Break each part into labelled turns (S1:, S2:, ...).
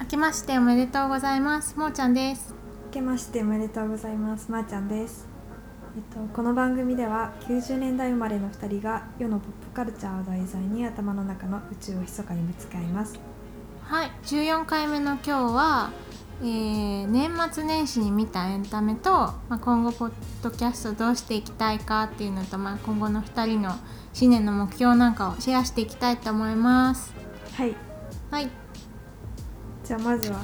S1: 明けましておめでとうございますもーちゃんです
S2: 明けましておめでとうございますまー、ちゃんですえっとこの番組では90年代生まれの2人が世のポップカルチャーを題材に頭の中の宇宙を密かにぶつかります
S1: はい14回目の今日は、えー年末年始に見たエンタメと、まあ、今後ポッドキャストどうしていきたいかっていうのと、まあ、今後の2人の新年の目標なんかをシェアしていきたいと思います
S2: はい
S1: はい
S2: じゃあまずは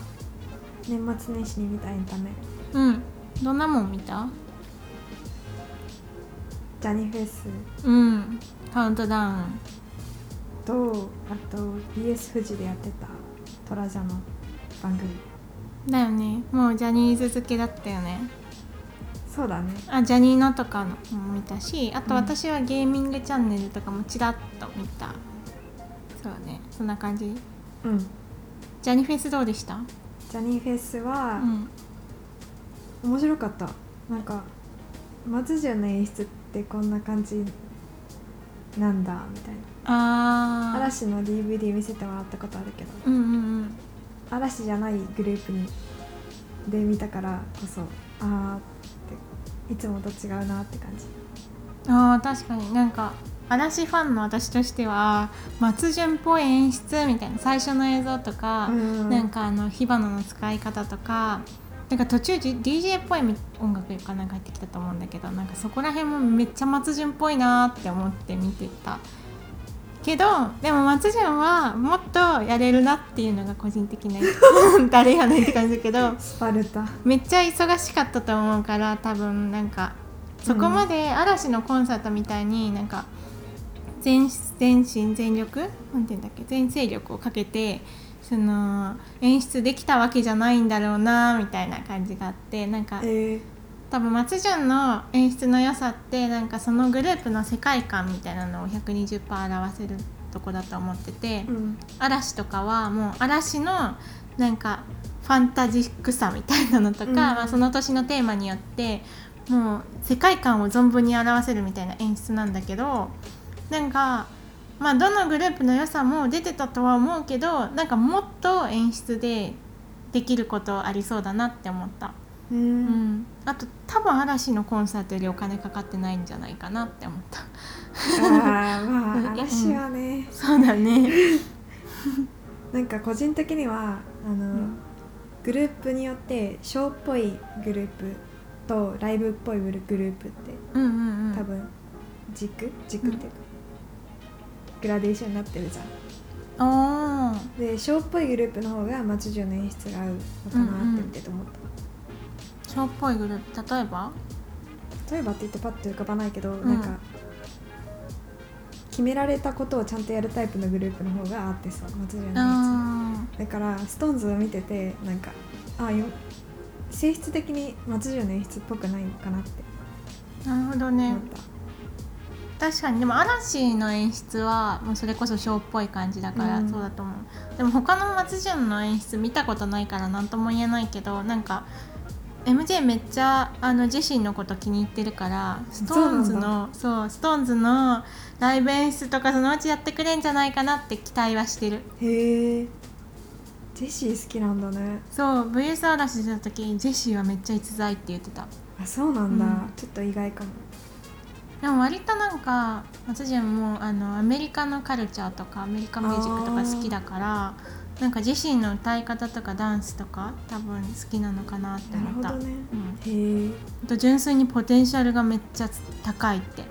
S2: 年末年始に見たエンタメ
S1: うんどんなもん見た
S2: ジャニフェス
S1: うんカウントダウン
S2: とあと BS 富士でやってたトラジャの番組
S1: だよねもうジャニーズ付けだったよね
S2: そうだね
S1: あジャニーナとかのも見たしあと
S2: うん
S1: 私はゲーミングチャンネルとかもちらっと見たそうねそんな感じ
S2: うん
S1: ジャニフェスどうでした
S2: ジャニフェス
S1: う
S2: は、
S1: ん
S2: 面白かったなんか松潤の演出ってこんな感じなんだみたいな
S1: あー
S2: 嵐の DVD 見せてもらったことあるけど
S1: うんうんうん
S2: 嵐じゃないグループにで見たからこそあーっていつもと違うなって感じ
S1: あー確かになんか嵐ファンの私としては松潤っぽい演出みたいな最初の映像とか、
S2: うん
S1: なんかあの火花の使い方とかなんか途中 D- DJ っぽい音楽かなんか入ってきたと思うんだけどなんかそこら辺もめっちゃ松潤っぽいなって思って見てたけどでも松潤はもっとやれるなっていうのが個人的な 誰やねんって感じだけど
S2: スパルタ
S1: めっちゃ忙しかったと思うから多分なんかそこまで嵐のコンサートみたいになんか全全身全力なんていうんだっけ全精力をかけてその演出できたわけじゃないんだろうなみたいな感じがあってなんか
S2: えー、
S1: 多分松潤の演出の良さってなんかそのグループの世界観みたいなのを120%表せるとこだと思ってて。
S2: うん
S1: 嵐とかはもう嵐のなんかファンタジックさみたいなのとか、
S2: うん
S1: まあ、その年のテーマによってもう世界観を存分に表せるみたいな演出なんだけどなんか、まあ、どのグループの良さも出てたとは思うけどなんかもっと演出でできることありそうだなって思った、
S2: う
S1: うん ん、あと多分嵐のコンサートよりお金かかってないんじゃないかなって思った。
S2: あー
S1: うん
S2: まあ嵐はね、
S1: そうだね、
S2: なんか個人的にはあの、
S1: ん
S2: グループによってショーっぽいグループとライブっぽいグループって
S1: うんうんうん、
S2: 多分軸軸っていうか、グラデーションになってるじゃん
S1: あー
S2: でショーっぽいグループの方が松潤の演出が合うのかなって見てて思った、
S1: ショーっぽいグループ例えば
S2: 例えばって言ってパッと浮かばないけど、
S1: ん
S2: なんか決められたことをちゃんとやるタイプのグループの方が合ってそう松潤の演出
S1: あ
S2: だからストーンズを見ててなんかあよ性質的に松潤の演出っぽくないのかなって
S1: ーなるほどね、
S2: 思った、
S1: 確かにでも嵐の演出はもうそれこそショーっぽい感じだから、
S2: うん
S1: そうだと思うでも他の松潤の演出見たことないから何とも言えないけどなんか MJ めっちゃあのジェシーのこと気に入ってるからストーンズのそうストーンズのライブ演出とかそのうちやってくれんじゃないかなって期待はしてる
S2: へえジェシー好きなんだね
S1: そう VS 嵐出た時ジェシーはめっちゃ逸材って言ってた
S2: あそうなんだ、
S1: うん
S2: ちょっと意外かも
S1: でも割となんか松潤もあのアメリカのカルチャーとかアメリカミュージックとか好きだからなんか自身の歌い方とかダンスとか多分好きなのかなって
S2: な
S1: 思っ
S2: る
S1: た、
S2: ほどね
S1: うん、
S2: へえ
S1: あと純粋にポテンシャルがめっちゃ高いって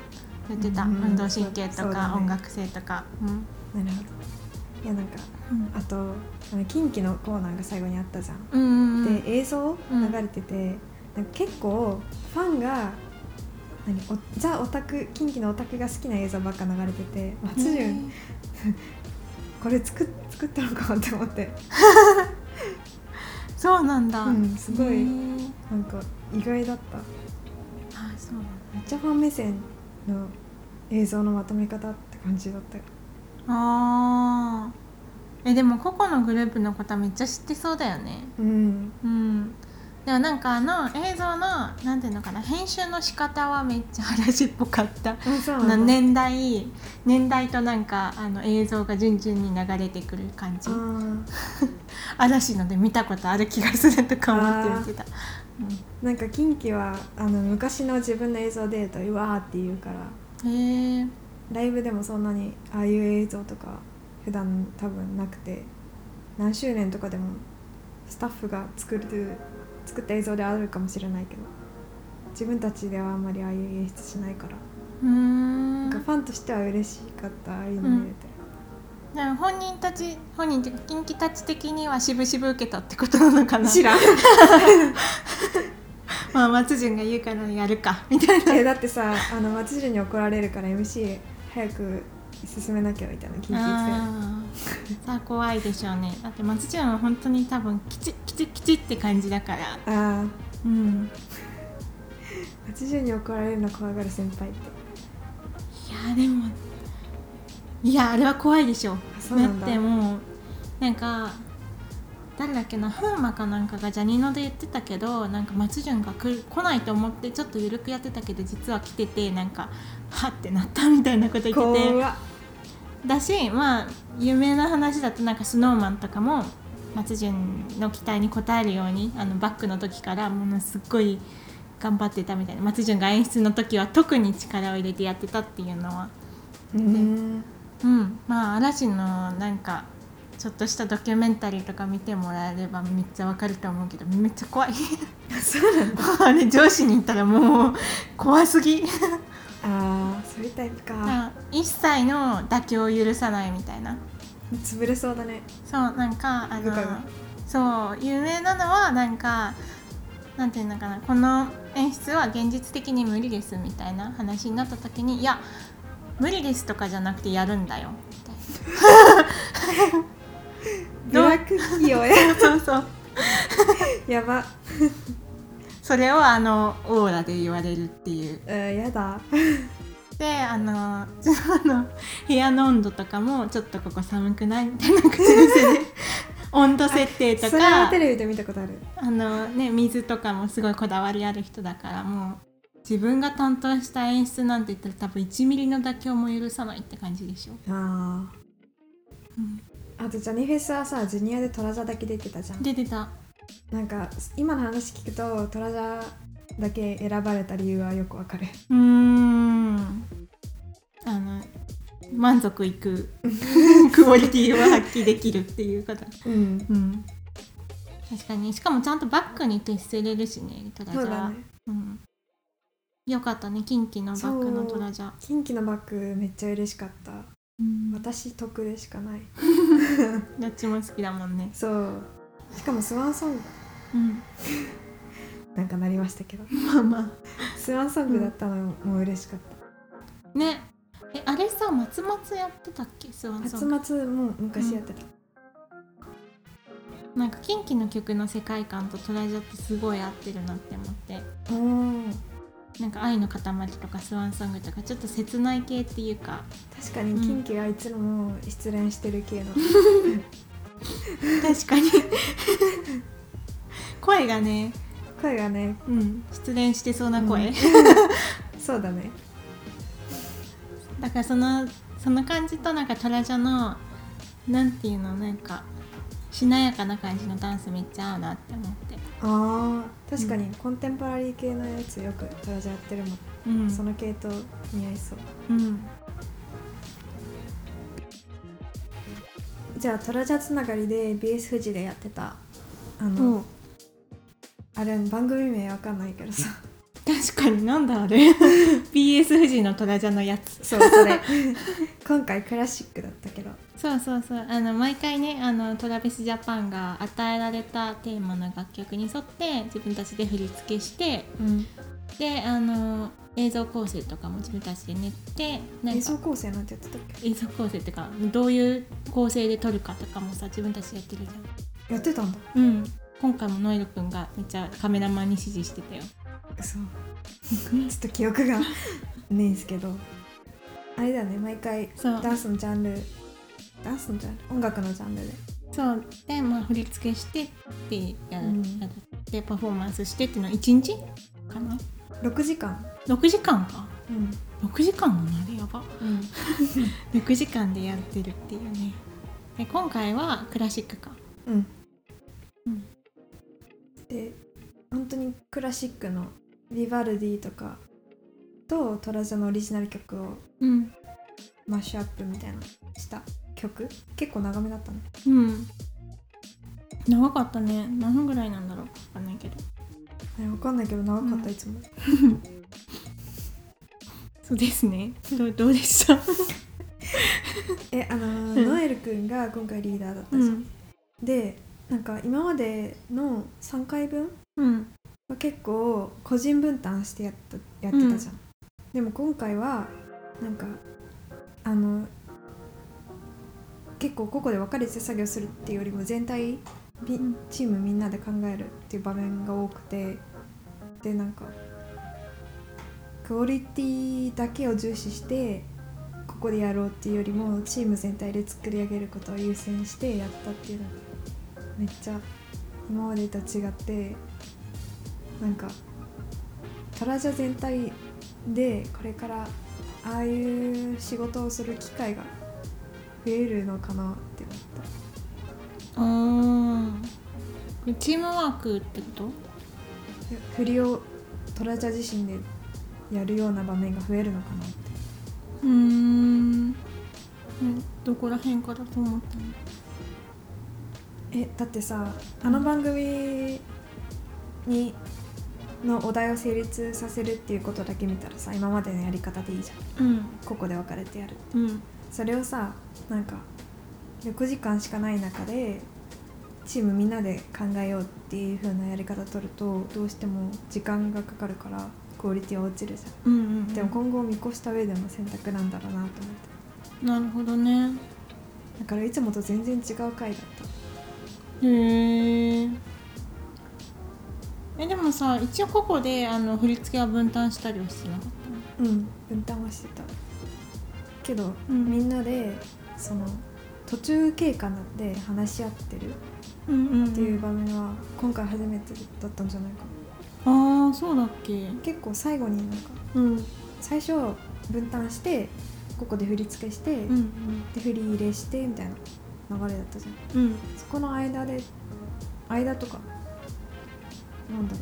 S1: 言ってた、
S2: うん
S1: 運動神経と
S2: そうだ
S1: か
S2: ね
S1: 音楽性とか、うん
S2: なるほどいやなんかあとあの近畿のコーナーが最後にあったじゃん、
S1: うんうんうん
S2: で映像流れてて、なんか結構ファンが何おザ・オタク近畿のオタクが好きな映像ばっか流れてて松潤、これ作っ作ったのかなって思って
S1: そうなんだ、
S2: うんすごい
S1: へー
S2: なんか意外だった
S1: あそうなんだ
S2: めっちゃファン目線の映像のまとめ方って感じだったよ
S1: あーえでも個々のグループのことはめっちゃ知ってそうだよね
S2: うん
S1: うん、でもなんかあの映像のなんていうのかな編集の仕方はめっちゃ嵐っぽかった
S2: あそう
S1: あの
S2: なんだ
S1: 年代年代となんかあの映像が順々に流れてくる感
S2: あ
S1: じ
S2: ー
S1: 嵐ので見たことある気がするとか思って見てた、
S2: なんか近畿はあの昔の自分の映像データうわーって言うから
S1: うん、へえ
S2: ライブでもそんなにああいう映像とか普段多分なくて何周年とかでもスタッフが作る作った映像であるかもしれないけど自分たちではあんまりああいう演出しないから、
S1: うーん
S2: なんかファンとしては嬉しかったああいうの見れて、
S1: でも本人たち本人って近畿たち的には渋々受けたってことなのかな
S2: 知らん
S1: まあ松潤が言うからやるかみたいな
S2: えだってさあの松潤に怒られるから MC 早く進めなきゃみたいな聞いてて
S1: あーさあ怖いでしょうねだって松潤は本当に多分きちきちきちって感じだから
S2: ああ
S1: うん
S2: 松潤に怒られるの怖がる先輩って
S1: いやーでもいやあれは怖いでしょ
S2: あそうなんだ
S1: ってもうなんか誰だっけな風磨かなんかがジャニーノで言ってたけどなんか松潤が来る来ないと思ってちょっと緩くやってたけど実は来ててなんかはってなったみたいなこと言
S2: 怖
S1: ってて
S2: っ
S1: だしまあ有名な話だとなんかスノーマンとかも松潤の期待に応えるようにあのバックの時からものすっごい頑張ってたみたいな松潤が演出の時は特に力を入れてやってたっていうのは
S2: うん
S1: うんまあ嵐のなんかちょっとしたドキュメンタリーとか見てもらえればめっちゃわかると思うけどめっちゃ怖い
S2: そうなんだ
S1: あれ上司に言ったらもう怖すぎ
S2: ああそういうタイプか
S1: 一切の妥協を許さないみたいな
S2: 潰れそうだね
S1: そうなんかあ
S2: 部
S1: の
S2: 下が
S1: そう有名なのはなんかなんていうのかなこの演出は現実的に無理ですみたいな話になった時にいや無理ですとかじゃなくてやるんだよみたいな
S2: ブラック企業や
S1: そうそう
S2: やば
S1: それをあのオーラで言われるっていう
S2: うんやだ
S1: であの自分の部屋の温度とかもちょっとここ寒くないみたいな口癖で温度設定と
S2: それは
S1: か
S2: テレビで見たことある
S1: あのね水とかもすごいこだわりある人だからもう自分が担当した演出なんて言ったら多分1ミリの妥協も許さないって感じでしょ、
S2: あ
S1: うん、
S2: あとジャニフェスはさジュニアでトラジャだけ出てたじゃん
S1: 出てた
S2: なんか今の話聞くとトラジャだけ選ばれた理由はよくわかる
S1: うーんあの満足い くクオリティを発揮できるっていうこと
S2: うん
S1: うん確かにしかもちゃんとバックに徹せれるしねトラジャ
S2: そう
S1: は
S2: だね
S1: うん、よかったね近畿のバックのトラジャ
S2: 近畿のバッグめっちゃ嬉しかった
S1: うん
S2: 私得でしかない
S1: どっちも好きだもんね
S2: そうしかもスワンソング
S1: うん
S2: なんかなりましたけど
S1: まあまあ
S2: スワンソングだったのも嬉しかった
S1: ねえあれさ松松やってたっけスワンソ
S2: 松
S1: ング
S2: 松も昔やってた、
S1: なんかキンキの曲の世界観とトラジャってすごい合ってるなって思って
S2: おー
S1: なんか「愛の塊」とか「スワンソング」とかちょっと切ない系っていうか
S2: 確かにキンキがいつも失恋してる系の、
S1: 確かに 声がね、
S2: 声がね
S1: うん、失恋してそうな声、
S2: うんそうだね
S1: だからそのその感じとなんかトラジャのなんていうのなんかしなやかな感じのダンスめっちゃ合うなって思って、
S2: あー確かにコンテンポラリー系のやつよくトラジャやってるもん、
S1: うん、
S2: その系統似合いそう
S1: うん、
S2: じゃあトラジャつながりで BS 富士でやってたあの、
S1: もう
S2: あれ番組名わかんないけどさ
S1: 確かになんだあれ BS 富士のトラジャのやつ
S2: そうそれ 今回クラシックだったけど
S1: そうそうそうあの毎回ねあのトラビスジャパンが与えられたテーマの楽曲に沿って自分たちで振り付けして
S2: うん
S1: であの映像構成とかも自分たちで練ってなん
S2: 映像
S1: か
S2: 構成なんてやってたっけ
S1: 映像構成っていうかどういう構成で撮るかとかもさ自分たちでやってるじ
S2: やってたんだ
S1: ゃんうん今回もノイルくんがめっちゃカメラマンに指示してた よ
S2: そうちょっと記憶が ねえんすけどあれだよね毎回
S1: そう
S2: ダンスのジャンルダンスのジャンル音楽のジャンルで
S1: そうでまあ振り付けしてってやる,、
S2: うん
S1: やるってパフォーマンスしてっていうのは1日かな
S2: 6時間
S1: 6時間か
S2: うん、
S1: 6時間もなるやば
S2: うん、
S1: 6時間でやってるっていうねで今回はクラシックか
S2: うん
S1: うん
S2: で本当にクラシックのヴィヴァルディとかとトラジャのオリジナル曲を
S1: うん
S2: マッシュアップみたいなした曲結構長めだったね
S1: うん長かったね何分ぐらいなんだろうわかんないけど
S2: えわかんないけど長かった、
S1: うん
S2: いつも
S1: そうですねどうどうでした
S2: えあのー
S1: うん
S2: ノエル君が今回リーダーだったじゃん、
S1: うん
S2: でなんか今までの3回分
S1: うん
S2: は結構個人分担してやったやってたじゃん、でも今回はなんかあの結構個々で分かれて作業するっていうよりも全体み
S1: うん
S2: チームみんなで考えるっていう場面が多くてでなんかクオリティだけを重視してここでやろうっていうよりもチーム全体で作り上げることを優先してやったっていうのがめっちゃ今までと違ってなんかトラジャ全体でこれからああいう仕事をする機会が増えるのかなって思っ
S1: あ
S2: た
S1: ーチームワークってこと
S2: いや振りをトラジャ自身でやるような場面が増えるのかなって
S1: うーんねどこら辺からと思ったの
S2: えだってさあの番組にのお題を成立させるっていうことだけ見たらさ今までのやり方でいいじゃん
S1: うん
S2: ここで分かれてやる
S1: うん
S2: それをさなんか6時間しかない中でチームみんなで考えようっていう風なやり方取るとどうしても時間がかかるからクオリティは落ちるじゃん、
S1: うんうん
S2: でも今後を見越した上での選択なんだろうなと思って
S1: なるほどね
S2: だからいつもと全然違う回だった
S1: へええでもさ一応ここであの振り付けは分担したりはしてなかったの
S2: うん分担はしてたけど、
S1: うん
S2: みんなでその途中経過なんで話し合ってるっ
S1: うんうん、
S2: ていう場面は今回初めてだったんじゃないかな
S1: ああそうだっけ
S2: 結構最後になんか
S1: うんうん
S2: 最初分担してここで振り付けして、
S1: うん
S2: で振り入れしてみたいな流れだったじゃん
S1: うん
S2: そこの間で間とかなんだろ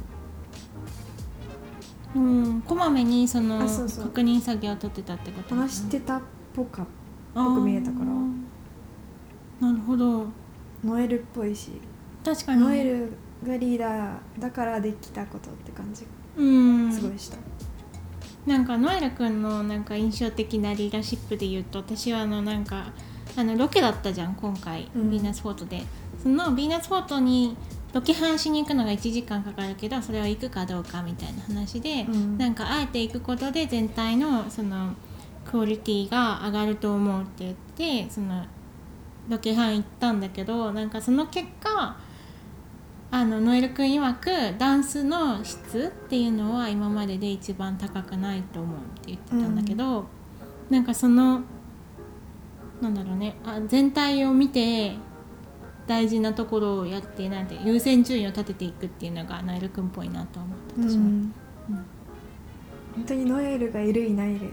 S1: うん、こまめにその
S2: あそうそう
S1: 確認作業を取ってたってこと
S2: う
S1: だね
S2: 話してたっぽか
S1: あー
S2: ぽく見えたから
S1: なるほど
S2: ノエルっぽいし
S1: 確かに
S2: ノエルがリーダーだからできたことって感じ
S1: うん
S2: がすごいした、
S1: なんかノエル君のなんか印象的なリーダーシップで言うと私はあのなんかあのロケだったじゃん今回、
S2: うん
S1: ヴィーナスフォートでそのヴィーナスフォートにロケハンしに行くのが1時間かかるけどそれは行くかどうかみたいな話で、
S2: うん
S1: なんかあえて行くことで全体のそのクオリティが上がると思うって言ってそのロケハン行ったんだけどなんかその結果あのノエル君曰くダンスの質っていうのは今までで一番高くないと思うって言ってたんだけど、なんかそのなんだろうねあ全体を見て大事なところをやってなんて優先順位を立てていくっていうのがノエル君っぽいなと思った
S2: うん
S1: 私は。
S2: うん本当にノエルがいるいないで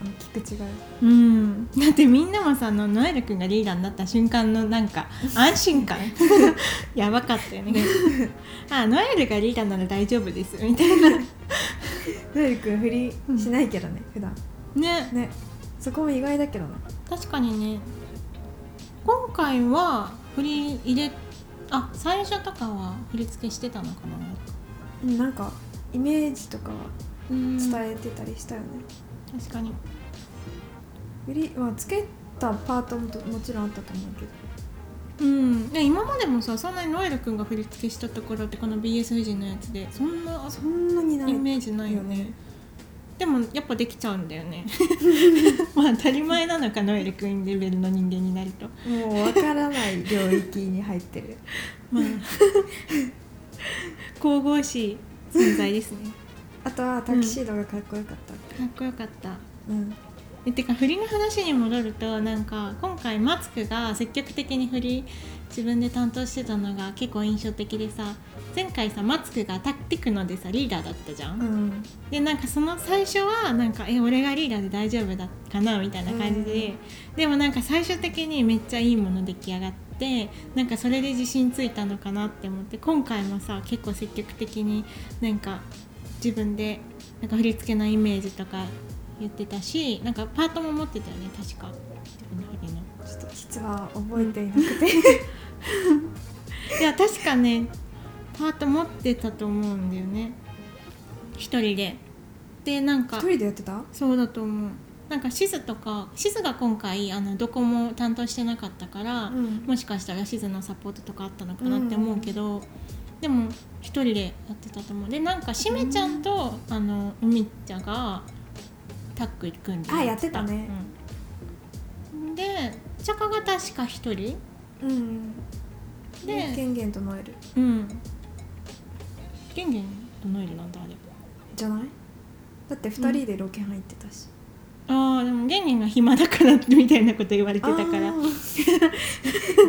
S2: あの聞く違う
S1: うん、だってみんなもさあのノエル君がリーダーになった瞬間のなん か安心感やばかったよね あノエルがリーダーなら大丈夫ですみたいな
S2: ノエル君振りしないけどね、普段
S1: ね
S2: ねそこも意外だけどね
S1: 確かにね今回は振り入れあ最初とかは振り付けしてたのかな
S2: うんなんかイメージとかは
S1: うん
S2: 伝えてたりしたよね、
S1: 確かに
S2: 振りはつけたパートもともちろんあったと思うけ
S1: う
S2: ど
S1: んで今までもさそんなにノエル君が振り付けしたところってこの BS 夫人のやつでそんな
S2: そんなにない
S1: イメージないよね
S2: よね
S1: でもやっぱできちゃうんだよ ねまあ当たり前なのかノエル君レベルの人間になると
S2: もうわからない領域に入って る
S1: まあ神々しい存在ですね
S2: あとはタキシードがかっこよかった、
S1: かっこよかった
S2: うん
S1: えてか振りの話に戻るとなんか今回マツクが積極的に振り自分で担当してたのが結構印象的でさ前回さマツクがタッティクのでさリーダーだったじゃん、
S2: うん
S1: でなんかその最初はなんか「え俺がリーダーで大丈夫だかな?」みたいな感じで、でもなんか最終的にめっちゃいいもの出来上がってなんかそれで自信ついたのかなって思って今回もさ結構積極的になんか自分でなんか振り付けのイメージとか言ってたしなんかパートも持ってたよね確か。自分の振りの
S2: ちょっと実は覚えていなくて、
S1: いや確かねパート持ってたと思うんだよね一人で。でなんか
S2: 一人でやってた
S1: そうだと思うなんかシズとかシズが今回あのどこも担当してなかったから、
S2: うん
S1: もしかしたらシズのサポートとかあったのかなって思うけど、でも一人でやってたと思うでなんかしめちゃんと、あのうみちゃんがタッグ組んで
S2: あやってたね、
S1: うん、でチャカが確か一人
S2: うん
S1: で
S2: 権限とノエル
S1: うんゲンゲンとノエルなんだあれ
S2: じゃないだって二人でロケ入ってたし、
S1: あーでもゲンゲンが暇だからみたいなこと言われてたから
S2: あー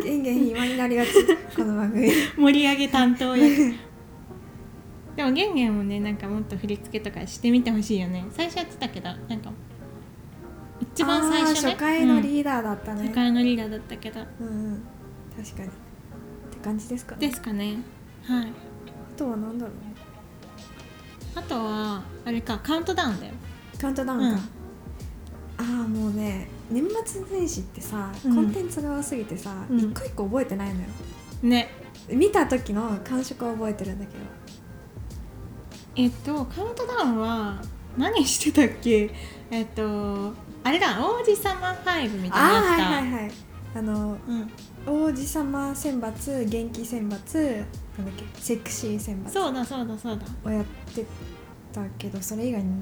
S2: 権限暇になりがちこの番組
S1: 盛り上げ担当役 でもゲンゲンもねなんかもっと振り付けとかしてみてほしいよね最初やってたけどなんか一番最初、
S2: あー
S1: ね、
S2: 初回のリーダーだった
S1: うん
S2: ね
S1: 初、回のリーダーだったけど
S2: うんうん、確かにって感じですかね
S1: ですかねはい
S2: あとは何だろうね
S1: あとはあれかカウントダウンだよ
S2: カウントダウンか、
S1: うん
S2: ああーもうね年末年始ってさ、
S1: うん
S2: コンテンツが多すぎてさ、
S1: うん
S2: 一個一個覚えてないのよ
S1: ね
S2: 見た時の感触は覚えてるんだけど
S1: えっとカウントダウンは何してたっけえっとあれだ王子様5みたいな
S2: あ
S1: や
S2: あ
S1: つだ、
S2: ーはいはいはいあの
S1: うん、
S2: 王子様選抜元気選抜なんだっけセクシー選抜
S1: そうだそうだそうだ
S2: をやってたけどそれ以外に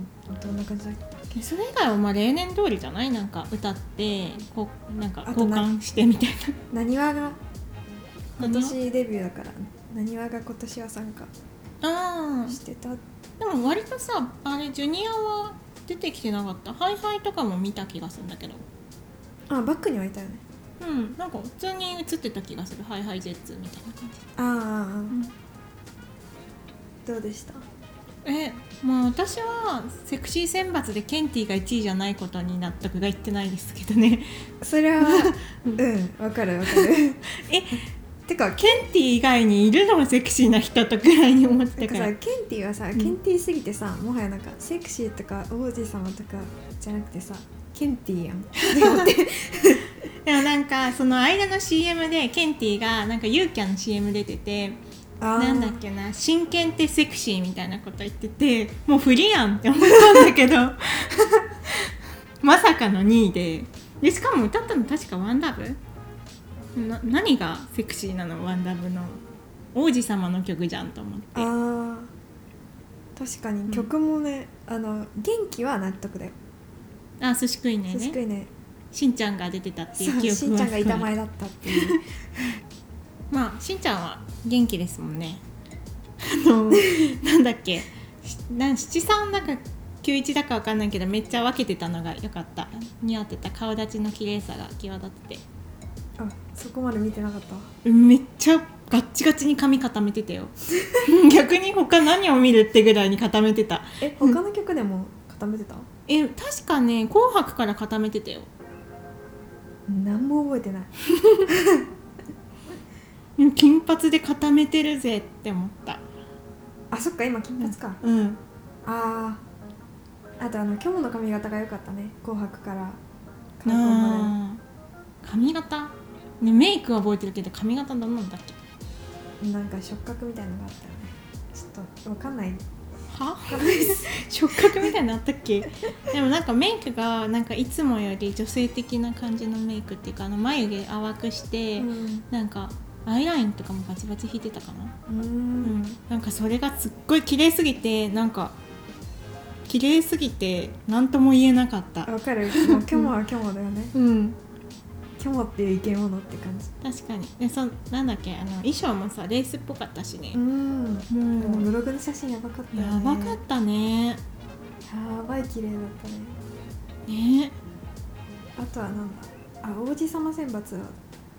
S2: どんな感じだっけ
S1: でそれ以外はまあ例年通りじゃないなんか歌ってこうなんか
S2: あと
S1: 交
S2: な
S1: 換してみたい
S2: なにわが
S1: な
S2: 今年デビューだからなにわが今年は参
S1: あ
S2: 加してた
S1: ーでも割とさあれジュニアは出てきてなかったハイハイとかも見た気がするんだけど
S2: あバックにはいたよね
S1: うんなんか普通に映ってた気がするハイハイジェッツみたいな感じ
S2: あーあー、あーどうでした
S1: えまあ私はセクシー選抜でケンティーが1位じゃないことに納得がいってないですけどね
S2: それ はうんわかるわ かる
S1: え
S2: てか
S1: ケンティー以外にいるのもセクシーな人とくらいに思っ
S2: な
S1: て
S2: んか
S1: たか
S2: さ
S1: ら
S2: ケンティはさ、
S1: ん
S2: ケンティすぎてさもはやなんかセクシーとか王子様とかじゃなくてさケンティ やん
S1: でもなんかその間の CM でケンティがなんかユーキャンの CM 出てて
S2: あー
S1: なんだっけな真剣ってセクシーみたいなこと言っててもう不利やんって思ったんだけど まさかの2位ででしかも歌ったの確かワンダブな何がセクシーなのワンダブの王子様の曲じゃんと思って
S2: あー確かに曲もね、あの元気は納得だよ
S1: あ寿司食いね
S2: 確か
S1: ね
S2: にね
S1: しんちゃんが出てたってい
S2: そう
S1: う記
S2: し
S1: 憶は
S2: んちゃんが板前だったっていう
S1: まあしんちゃんは元気ですもんね。あの なんだっけしなん七三だか九一だかわかんないけどめっちゃ分けてたのが良かった似合ってた顔立ちの綺麗さが際立ってて
S2: あそこまで見てなかったわ
S1: うんめっちゃガッチガチに髪固めてた よ逆に他何を見るってぐらいに固めてた
S2: え他の曲でも固めてた
S1: え確かね「紅白」から固めてたよ
S2: 何も覚えてない
S1: うん金髪で固めてるぜって思った
S2: あそっか今金髪か、
S1: うん
S2: あああとあの今日の髪型が良かったね紅白から韓国までの
S1: なあ髪型、ね、メイクは覚えてるけど髪型どんなんだっけ
S2: なんか触覚みたいのがあったよねちょっとわかんない
S1: は 触覚みたいになのあったっけでもなんかメイクがなんかいつもより女性的な感じのメイクっていうかあの眉毛淡くして、
S2: うん
S1: なんかアイラインとかもバチバチ引いてたかな、
S2: うー
S1: うん
S2: ん
S1: なんかそれがすっごい綺麗すぎてなんか綺麗すぎて何とも言えなかった
S2: わかるもう虚無は虚無だよね
S1: うん
S2: 虚無っていう生き物って感じ
S1: 確かにでそなんだっけあの衣装もさレースっぽかったしね
S2: う、ん
S1: もう
S2: ブログの写真やばかったよ
S1: や
S2: ね
S1: ばかったね
S2: たやばい綺麗だったね
S1: ね
S2: あとはなんだあ王子様選抜は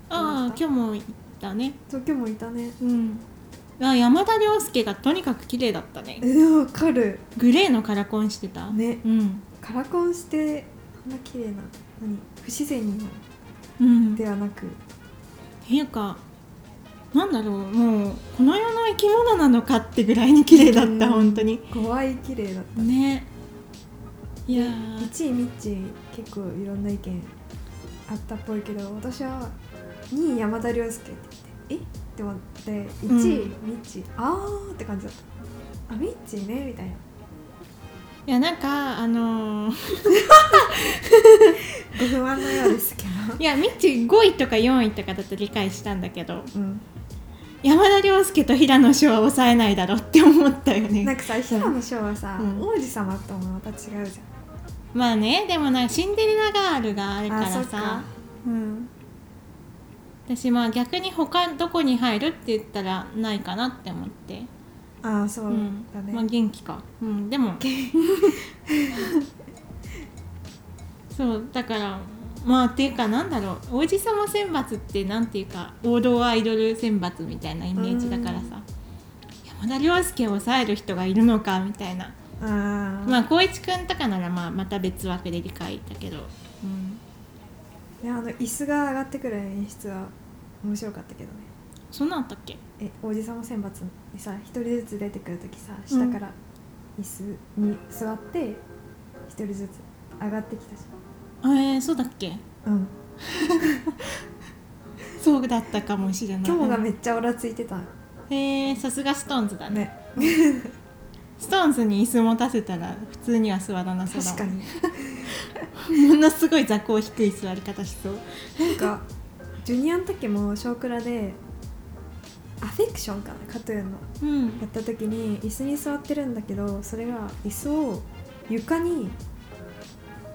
S1: ああ今日も行ったね
S2: 東京もいたね
S1: うんあ山田涼介がとにかく綺麗だったね
S2: えわかる
S1: グレーのカラコンしてた
S2: ね
S1: うん
S2: カラコンしてあんな綺麗な何不自然に
S1: うん
S2: ではなく
S1: っていうかなんだろうもうこの世の生き物なのかってぐらいに綺麗だった、
S2: うん
S1: 本当に
S2: 怖い綺麗だった
S1: ねいやー
S2: 1位ミッチー結構いろんな意見あったっぽいけど私は2位山田涼介って言ってえって思って1
S1: う
S2: 位ミッチー、あーって感じだったあミッチーねみたいない
S1: やなんかあのー
S2: ご不安のようですけど
S1: いやミッチ5位とか4位とかだと理解したんだけど
S2: うん
S1: 山田涼介と平野紫耀は抑えないだろうって思ったよ
S2: な
S1: ね
S2: んかさ平野翔はさ、
S1: うん
S2: 王子様ともまた違うじゃん
S1: まあねでもなんかシンデレラガールがあるから
S2: そっ
S1: さ
S2: うん
S1: 私まあ逆に他どこに入るって言ったらないかなって思って
S2: ああそう
S1: うん
S2: だね、
S1: まあ元気かうんでも そうだからまあっていうかなんだろう王子様選抜ってなんていうか王道アイドル選抜みたいなイメージだからさ山田涼介を抑える人がいるのかみたいな
S2: あー
S1: まあ光一くんとかならまあまた別枠で理解だけど、うん、
S2: いやあの椅子が上がってくる演出は面白かったけどね
S1: そんなんあったっけ
S2: え王子様選抜にさ一人ずつ出てくる時さ下から椅子に座って一人ずつ上がってきたじ
S1: えー、そうだっけ
S2: ゃんうん
S1: そうだったかもしれない
S2: 今日がめっちゃオラついてた
S1: えー、さすがストーンズだね
S2: ね
S1: ストーンズに椅子持たせたら普通には座らなそうだ
S2: 確かに
S1: にものすごい座高低い座り方しそう
S2: なんかジュニアの時も「少クラ」で「アフェクション」かなカトゥーンの
S1: うん
S2: やった時に椅子に座ってるんだけどそれが椅子を床に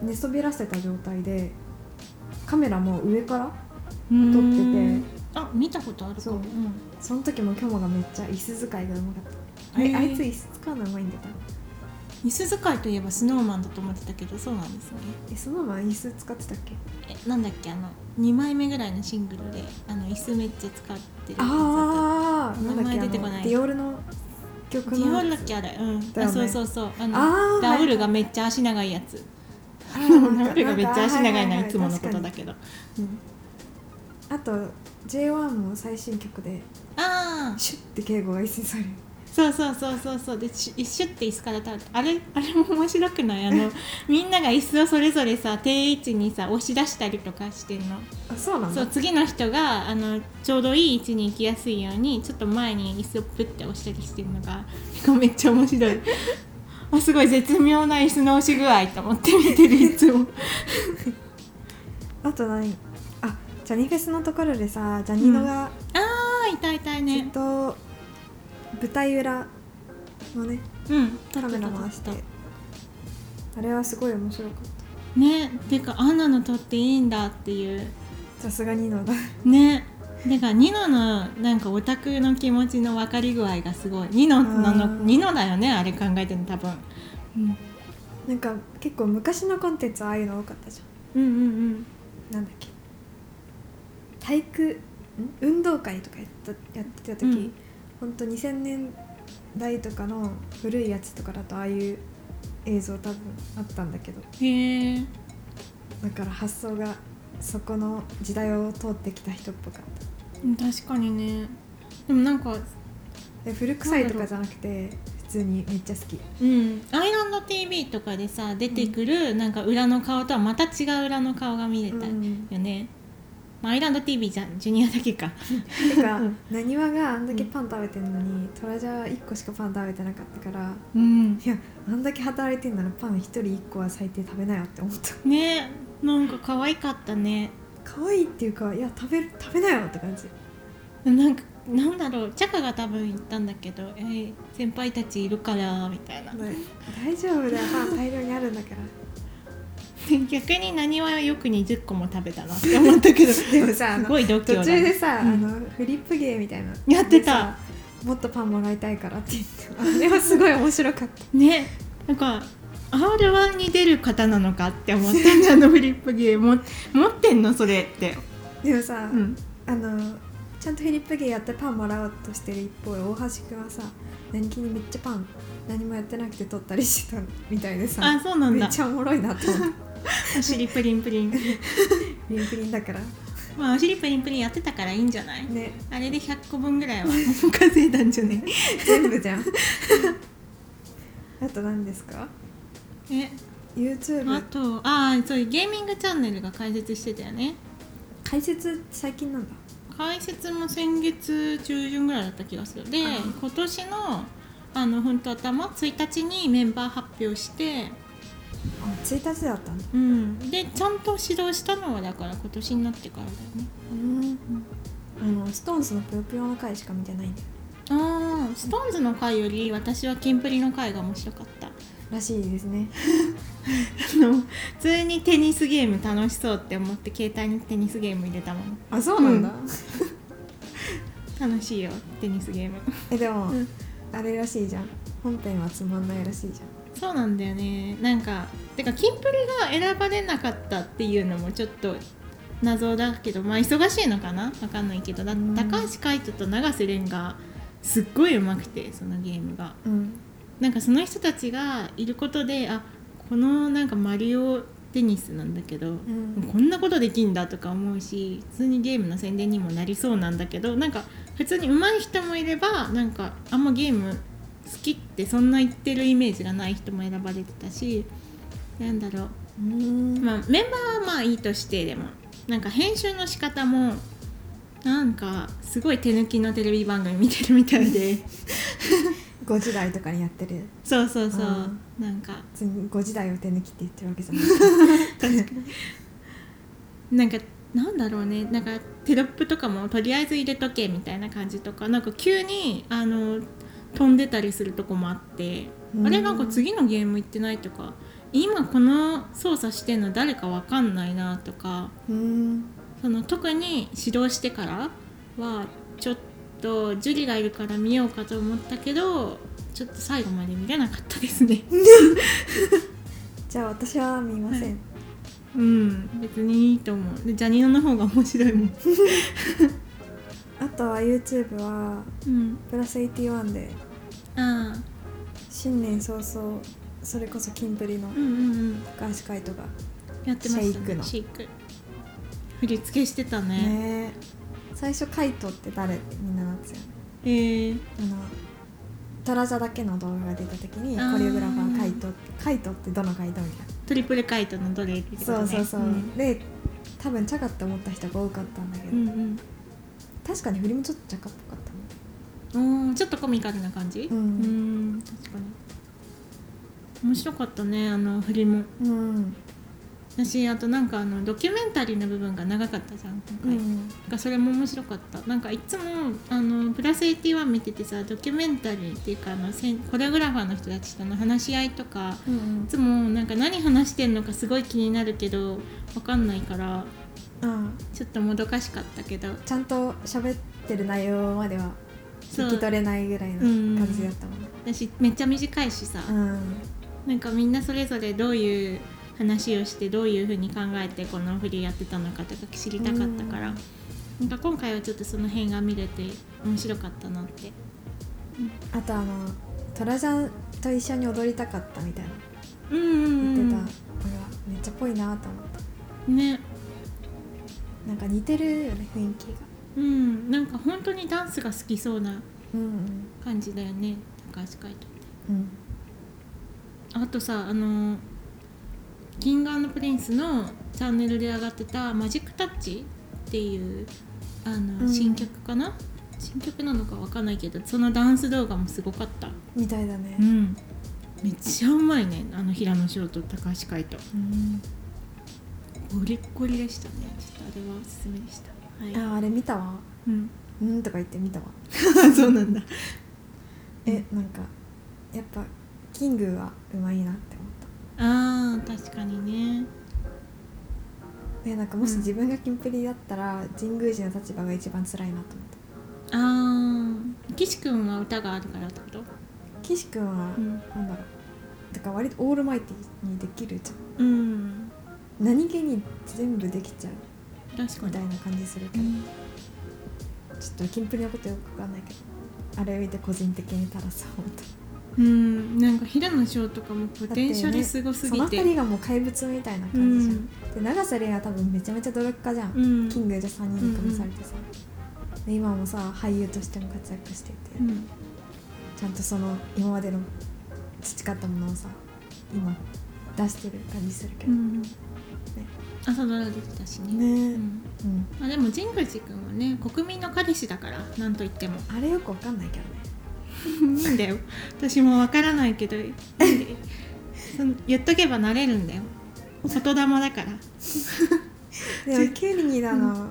S2: 寝そべらせた状態でカメラも上から
S1: 撮
S2: 撮ってて
S1: あ見たことあるか
S2: そう
S1: も、ん
S2: その時もキョモがめっちゃ椅子使いがうまかったあ
S1: へ
S2: れ
S1: ー
S2: あいつ椅子使うのうまいんだよ
S1: 椅子使いといえばスノーマンだと思ってたけどそうなんですね
S2: えそのまま椅子使ってたっけ
S1: えなんだっけあの2枚目ぐらいのシングルであの椅子めっちゃ使ってる
S2: ああ
S1: 名前
S2: なんだっけあ
S1: 出
S2: の
S1: て
S2: デ
S1: こない
S2: ィオールの曲
S1: デ
S2: の
S1: ィオールだっけあれうん、
S2: だ
S1: あ
S2: よね
S1: そうそうそうあ
S2: あ
S1: の
S2: ー
S1: ダウルがめっちゃ足長いやつ
S2: あ
S1: ダ
S2: ーなんか
S1: ウルがめっちゃ足長いの
S2: なん
S1: は
S2: か
S1: いつものことだ
S2: はいはいはい
S1: けど
S2: 確かにあと J1 も最新曲で
S1: ああ
S2: シュッて敬語が椅子に座る
S1: そうそうそうそうそうでし一瞬って椅子から食べてあれ あれも面白くないあのみんなが椅子をそれぞれさ定位置にさ押し出したりとかしてんの
S2: あそうなん
S1: そ
S2: だ
S1: う次の人があのちょうどいい位置に行きやすいようにちょっと前に椅子をプッて押したりしてるのが なんかめっちゃ面白い あすごい絶妙な椅子の押し具合と思って見てるいつも
S2: あと何あジャニフェスのところでさジャニノが
S1: あー痛い痛い
S2: ずっ
S1: ね
S2: と舞台裏のね
S1: うん
S2: カメラ回してあれはすごい面白かっ
S1: ねてかあんなの撮っていいんだっていう
S2: たさすがニノだ
S1: ねだからニノのなんかオタクの気持ちの分かり具合がすごいニノのの
S2: うん
S1: ニノだよねあれ考えてるの多分、うん、
S2: なんか結構昔のコンテンツはああいうの多かったじ
S1: うんうん
S2: ゃんなんだっけ体育ん運動会とかやったやってた時、
S1: うん
S2: ほんと2000年代とかの古いやつとかだとああいう映像多分あったんだけど
S1: うんへえ
S2: だから発想がそこの時代を通ってきた人っぽかった
S1: 確かにねでもなんか
S2: で古臭いとかじゃなくて普通にめっちゃ好き
S1: うんアイランド TV とかでさ出てくるなんか裏の顔とはまた違う裏の顔が見れたよ
S2: うん
S1: ね、まあアイランド TV じゃんジュニアだけか
S2: てか
S1: うん
S2: なにわがあんだけパン食べてんのに、トラジャは1個しかパン食べてなかったから
S1: うん
S2: いやあんだけ働いてんならパン1人1個は最低食べなよって思った
S1: ねなんか可愛かったね
S2: 可愛いっていうかいや食べる食べなよって感じ
S1: なんかなんだろうチャカが多分言ったんだけど「えー先輩たちいるから」みたいな、
S2: ね大丈夫だよパン大量にあるんだから
S1: 逆になにわはよく20個も食べたなって思ったけど
S2: でもさあ
S1: す
S2: の
S1: ごい度
S2: 途
S1: 胸だ
S2: 中
S1: ね
S2: でさ、
S1: うん
S2: あのフリップ芸みたいな
S1: やってた
S2: でさもっとパンもらいたいからって言ってあれはすごい面白かった
S1: ねなんか R1 に出る方なのかって思ってんあのフリップ芸も持ってんのそれって、
S2: でもさ、
S1: うん、
S2: あのちゃんとフィリップ芸やってパンもらおうとしてる一方で大橋くんはさ何気にめっちゃパン何もやってなくて取ったりしてたみたいでさ
S1: あそうなん
S2: め
S1: だ
S2: っちゃおもろいな と思って
S1: お尻プリンプリン
S2: プリンプリンだから
S1: まあお尻プリンプリンやってたからいいんじゃない
S2: ね
S1: あれで100個分ぐらいは稼いだんじゃね
S2: 全部じゃん あと何ですか
S1: え
S2: YouTube
S1: あとああそうゲーミングチャンネルが開設してたよね
S2: 解説最近なんだ
S1: 解説も先月中旬ぐらいだった気がするで
S2: あー
S1: 今年のあの本当頭1日にメンバー発表して
S2: あ1日だったんだ
S1: うんでちゃんと指導したのはだから今年になってからだよね
S2: うんあのストーンズのぷよぷよの回しか見てないんだよね
S1: ああストーンズの回より私はキンプリの回が面白かったあ
S2: らしいですね
S1: の普通にテニスゲーム楽しそうって思って携帯にテニスゲーム入れたもん
S2: あそうなんだ、
S1: うん楽しいよテニスゲーム
S2: えでも、
S1: うん
S2: あれらしいじゃん本編はつまんないらしいじゃん
S1: そうなんだよねなんかてかキンプリが選ばれなかったっていうのもちょっと謎だけどまあ忙しいのかなわかんないけどだ
S2: うん
S1: 高橋海人と永瀬廉がすっごい上手くてそのゲームが
S2: うん
S1: なんかその人たちがいることであこのなんかマリオテニスなんだけど、
S2: ん
S1: こんなことできんだとか思うし普通にゲームの宣伝にもなりそうなんだけどなんか普通に上手い人もいればなんかあんまゲーム好きってそんな言ってるイメージがない人も選ばれてたしなんだろう、
S2: まあ
S1: まあ、メンバーはまあいいとしてでもなんか編集の仕方もなんかすごい手抜きのテレビ番組見てるみたいで
S2: 5時代とかにやってる
S1: そうそうそう
S2: あ
S1: なんか
S2: 別に5時代を手抜きって言ってるわけじゃな
S1: な
S2: い
S1: んかなんだろうねなんかテロップとかもとりあえず入れとけみたいな感じとかなんか急にあの飛んでたりするとこもあって
S2: うん
S1: あれなんか次のゲーム行ってないとか今この操作してんの誰かわかんないなとか
S2: うん
S1: その特に指導してからはちょっと樹里がいるから見ようかと思ったけどちょっと最後まで見れなかったです ね。
S2: じゃあ私は見ません、
S1: うん別にいいと思うでジャニオの方が面白いもん。
S2: あとは YouTube は
S1: うん、
S2: プラス81で
S1: ああ
S2: 新年早々それこそキンプリの
S1: うんうんうん
S2: 高橋海人が
S1: やってましたね
S2: シェイクの
S1: シェイク振り付けしてたね
S2: ね最初海人って誰ってみんななってたよね
S1: えー、
S2: あのトラジャだけの動画が出た時に
S1: あー
S2: コリオグラファー海人海人ってどの海人みたいな
S1: トリプルカイトのどれってこと
S2: そう
S1: ね
S2: そうそう、
S1: ん
S2: で多分チャカって思った人が多かったんだけど、
S1: うん
S2: 確かに振りもちょっとチャカっぽかったもん
S1: うんおーちょっとコミカルな感じ
S2: うん
S1: ん確かに面白かったねあの振りも
S2: うん、
S1: 私あとなんかあのドキュメンタリーの部分が長かったじゃん今
S2: う
S1: 回、
S2: ん、
S1: なんかそれも面白かったなんかいつもあのプラス81見ててさドキュメンタリーっていうかあのせんコレオグラファーの人たちとの話し合いとか
S2: う
S1: い
S2: ん
S1: つもなんか何話してんのかすごい気になるけどわかんないから
S2: うん、
S1: ちょっともどかしかったけど
S2: ちゃんと喋ってる内容までは
S1: そ
S2: 聞き取
S1: う
S2: れないぐらいの感じだったもんね
S1: 私めっちゃ短いしさ、
S2: うん
S1: なんかみんなそれぞれどういう話をしてどういうふうに考えてこの振りやってたのかとか知りたかったから、なんか今回はちょっとその辺が見れて面白かったなって
S2: あとあのトラジャンと一緒に踊りたかったみたいな
S1: うんうん
S2: 言って
S1: う
S2: た、
S1: ん
S2: 俺はめっちゃぽいなと思った
S1: ね
S2: なんか似てるよね雰囲気が
S1: うんなんか本当にダンスが好きそうな
S2: うん
S1: 感じだよね高橋海人
S2: うんうん
S1: あとさあのキングプリンスのチャンネルで上がってた「マジックタッチ」っていうあの、
S2: うん
S1: 新曲かな新曲なのかわかんないけどそのダンス動画もすごかった
S2: みたいだね
S1: うんめっちゃうまいねあの平野紫耀と高橋海人
S2: うん
S1: ゴリッゴリでしたねちょっとあれはおすすめでしたはい
S2: ああれ見たわ
S1: うん
S2: うんとか言って見たわ
S1: そうなんだ
S2: えなんかやっぱキングはうまいなって思っ
S1: あー確かにね
S2: たでなんかもし自分がキンプリだったら神宮寺の立場が一番辛いなと思った
S1: あー岸君は歌があるからってこと
S2: 岸君は
S1: うん
S2: なんだろうだから割とオールマイティにできるじゃん
S1: うん
S2: 何気に全部できちゃう
S1: 確か
S2: み
S1: に
S2: たいな感じするけど、ちょっとキンプリのことよくわかんないけどあれ見て個人的にたらそう思った
S1: うんなんか平野翔とかもポテンシャルすごすぎ
S2: だってねその二人がもう怪物みたいな
S1: う
S2: 感じじゃん、
S1: ん
S2: で長瀬廉は多分めちゃめちゃ努力家じゃん、
S1: うん
S2: キングで3人組されてさ、で今もさ俳優としても活躍していて、
S1: うん
S2: ちゃんとその今までの培ったものをさ今出してる感じするけ
S1: う
S2: ど、
S1: ん朝ドラ出てたしね
S2: ね
S1: うん
S2: うん
S1: まあ、でも神宮寺君はね国民の彼氏だからなんと言っても
S2: あれよくわかんないけどね
S1: いいんだよ私もわからないけど いいんだよその言っとけばなれるんだよ外玉だから
S2: でもキュウリニーだの、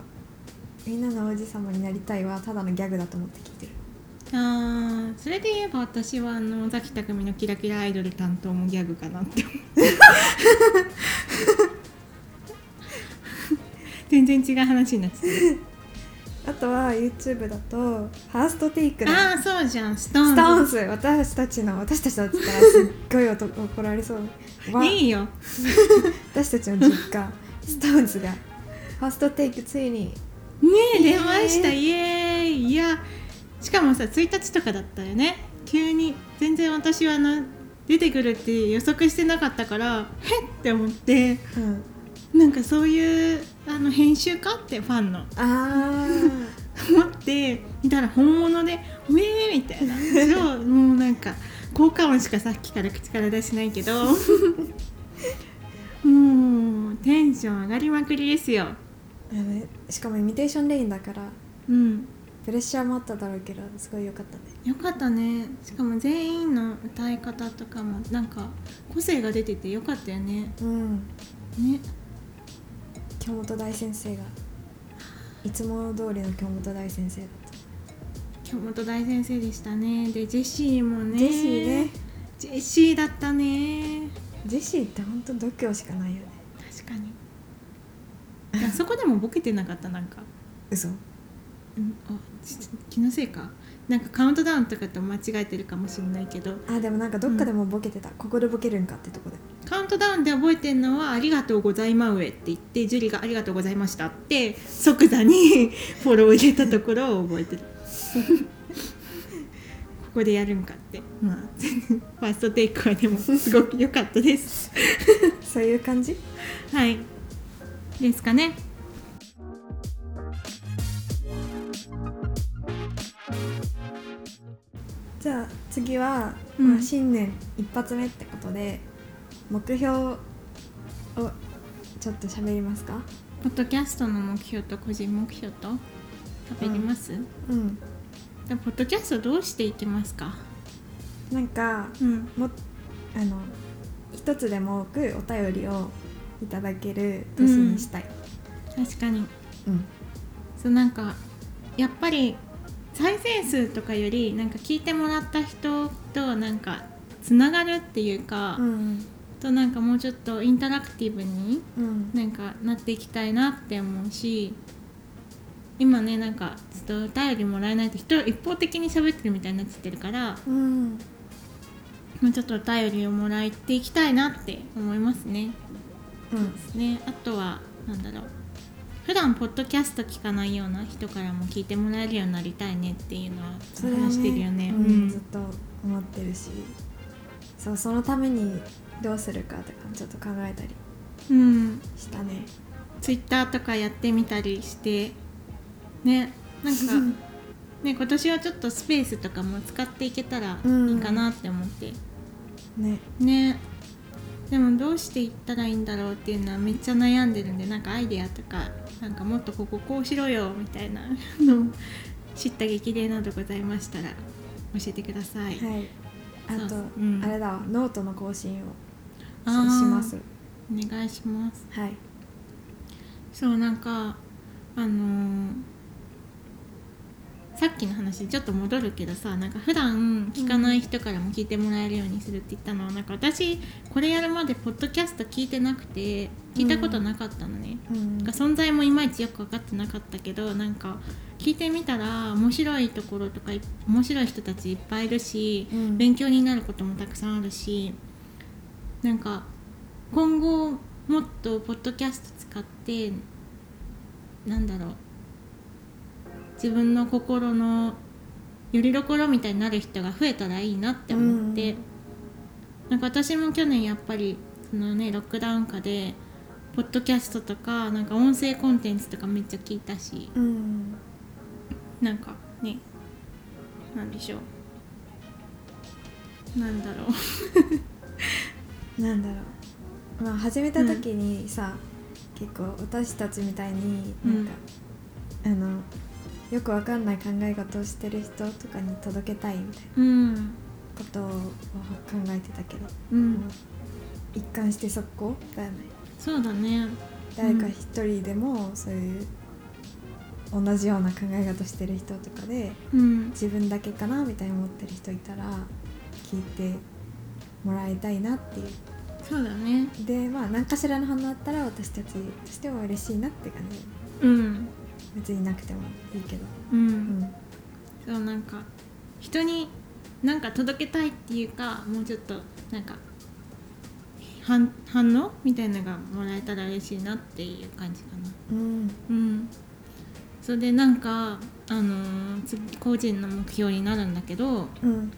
S2: みんなの王子様になりたいはただのギャグだと思って聞いてる
S1: あーそれで言えば私はあの尾崎匠のキラキラアイドル担当もギャグかな って思う全然違う話になっちゃっ
S2: あとは YouTube だとファーストテイクだ
S1: たああーそうじゃんストーン
S2: ス
S1: ズ
S2: タンス私たちの私たちだったらすっごいおと怒られそうわ
S1: いいよ
S2: 私たちの実家スタンスがファーストテイクついに
S1: ねえ
S2: イエーイ
S1: 出ましたイエーイいやしかもさ1日とかだったよね急に全然私はあの出てくるって予測してなかったからへっって思って
S2: うん
S1: なんかそういうあの編集かってファンの
S2: あー
S1: 思って見たら本物で「ウェー!」みたいなそうもうなんか効果音しかさっきから口から出しないけ どもうテンション上がりまくりですよ。
S2: あのねしかもイミテーションレインだから
S1: うん
S2: プレッシャーもあっただろうけどすごい良かったね
S1: よかったねしかも全員の歌い方とかもなんか個性が出ててよかったよね
S2: うん
S1: ね
S2: 京本大先生がいつも通りの京本大先生だった、
S1: 京本大先生でしたねでジェシーもね
S2: ジェシーね
S1: ジェシーだったね
S2: ジェシーってほんと度胸しかないよね
S1: 確かにい やそこでもボケてなかったなんか、
S2: 嘘
S1: うん、あち気のせいかなんかカウントダウンとかと間違えてるかもしれないけど
S2: あでもなんかどっかでもボケてた、ここでボケるんかってとこで
S1: カウントダウンで覚えてるのは「ありがとうございまうえ」って言ってジュリが「ありがとうございました」って即座に フォローを入れたところを覚えてるここでやるんかってまあ ファーストテイクはでもすごく良かったです
S2: そういう感じ
S1: はいですかね
S2: じゃあ次は、
S1: うん
S2: まあ、新年一発目ってことで目標をちょっと喋りますか
S1: ポッドキャストの目標と個人目標と食べれます、
S2: うん
S1: でポッドキャストどうしていきますか
S2: なんか
S1: うん
S2: もあの一つでも多くお便りをいただける年にしたい、
S1: 確かに
S2: うん
S1: そうなんかやっぱり再生数とかよりなんか聞いてもらった人となんかつながるっていうか、
S2: うん
S1: となんかもうちょっとインタラクティブに
S2: うん
S1: なんかなっていきたいなって思うし今ねなんかちょっとお便りもらえないと人一方的に喋ってるみたいになっちゃってるから
S2: うん
S1: もうちょっとお便りをもらっていきたいなって思いますね。ねあとはなんだろう普段ポッドキャスト聞かないような人からも聞いてもらえるようになりたいねっていうのは
S2: それはね
S1: 話してるよね
S2: う
S1: うん
S2: ずっ
S1: ん、
S2: と思ってるしそうそのためにどうするかとかちょっと考えたり
S1: うん、
S2: したね
S1: ツイッターとかやってみたりしてねなんかね今年はちょっとスペースとかも使っていけたらいいかなって思って、
S2: ね
S1: ねでもどうしていったらいいんだろうっていうのはめっちゃ悩んでるんでなんかアイデアとかなんかもっとこここうしろよみたいなのを知った激励などございましたら教えてください、
S2: はいあと、
S1: そううん
S2: あれだわノートの更新を
S1: あ
S2: そう
S1: ー
S2: します
S1: お願いします
S2: はい
S1: そうなんかあのーさっきの話ちょっと戻るけどさなんか普段聞かない人からも聞いてもらえるようにするって言ったのは、なんか私これやるまでポッドキャスト聞いてなくて聞いたことなかったのね、
S2: うん
S1: なんか存在もいまいちよく分かってなかったけどなんか聞いてみたら面白いところとかい面白い人たちいっぱいいるし、
S2: うん
S1: 勉強になることもたくさんあるしなんか今後もっとポッドキャスト使ってなんだろう自分の心のよりどころみたいになる人が増えたらいいなって思って、
S2: うん
S1: なんか私も去年やっぱりそのねロックダウン下でポッドキャストとかなんか音声コンテンツとかめっちゃ聞いたし
S2: うん
S1: なんかねなんでしょうなんだろう
S2: なんだろうまあ始めた時にさ、結構私たちみたいになんか、あのよくわかんない考え方をしてる人とかに届けたいみたい
S1: う
S2: な
S1: ん
S2: ことを考えてたけど、
S1: うん
S2: 一貫して速攻だよね
S1: そうだね
S2: 誰か一人でもそういう同じような考え方してる人とかで
S1: うん
S2: 自分だけかなみたいに思ってる人いたら聞いてもらいたいなっていう
S1: そうだね
S2: でまあ何かしらの反応あったら私たちとしても嬉しいなって感じ
S1: うん
S2: 別になくてもいいけど、
S1: う
S2: うんん、
S1: そうなんか人になんか届けたいっていうかもうちょっとなんか反反応みたいなのがもらえたら嬉しいなっていう感じかな
S2: うん
S1: うんそれでなんかあのーつ個人の目標になるんだけど
S2: うん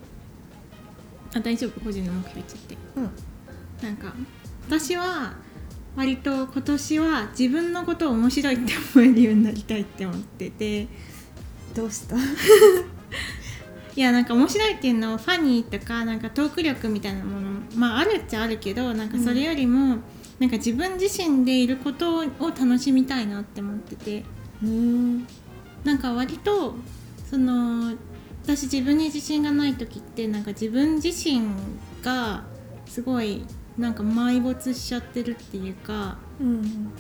S1: あ大丈夫個人の目標言っちゃって
S2: うん
S1: なんか私は割と今年は自分のことを面白いって思えるようになりたいって思ってて
S2: どうした
S1: いやなんか面白いっていうのはファニーとかなんかトーク力みたいなものまああるっちゃあるけどなんかそれよりも、なんか自分自身でいることを楽しみたいなって思ってて
S2: うん
S1: なんか割とその私自分に自信がない時ってなんか自分自身がすごいなんか埋没しちゃってるっていうか
S2: うん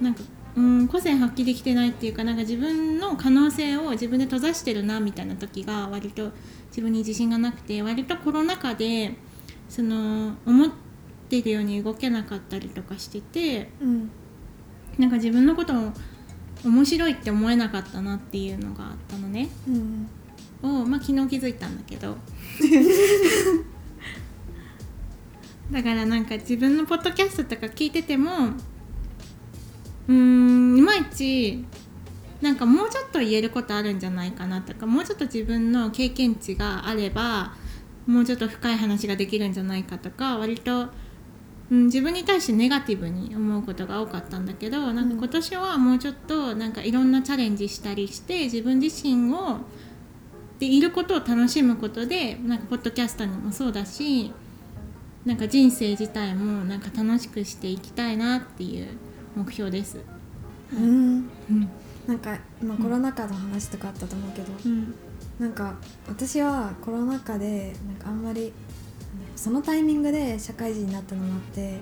S1: なんかうん個性発揮できてないっていうかなんか自分の可能性を自分で閉ざしてるなみたいな時が割と自分に自信がなくて割とコロナ禍でその思ってるように動けなかったりとかしてて
S2: うん
S1: なんか自分のことを面白いって思えなかったなっていうのがあったのね
S2: うん
S1: を、まあ、昨日気づいたんだけど だからなんか自分のポッドキャストとか聞いててもうーんいまいちなんかもうちょっと言えることあるんじゃないかなとかもうちょっと自分の経験値があればもうちょっと深い話ができるんじゃないかとか割と、うん、自分に対してネガティブに思うことが多かったんだけどなんか今年はもうちょっとなんかいろんなチャレンジしたりして自分自身をでいることを楽しむことでなんかポッドキャストにもそうだしなんか人生自体もなんか楽しくしていきたいなっていう目標です。
S2: うん
S1: うん
S2: なんか今コロナ禍の話とかあったと思うけど、
S1: うん
S2: なんか私はコロナ禍でなんかあんまりそのタイミングで社会人になったのもあって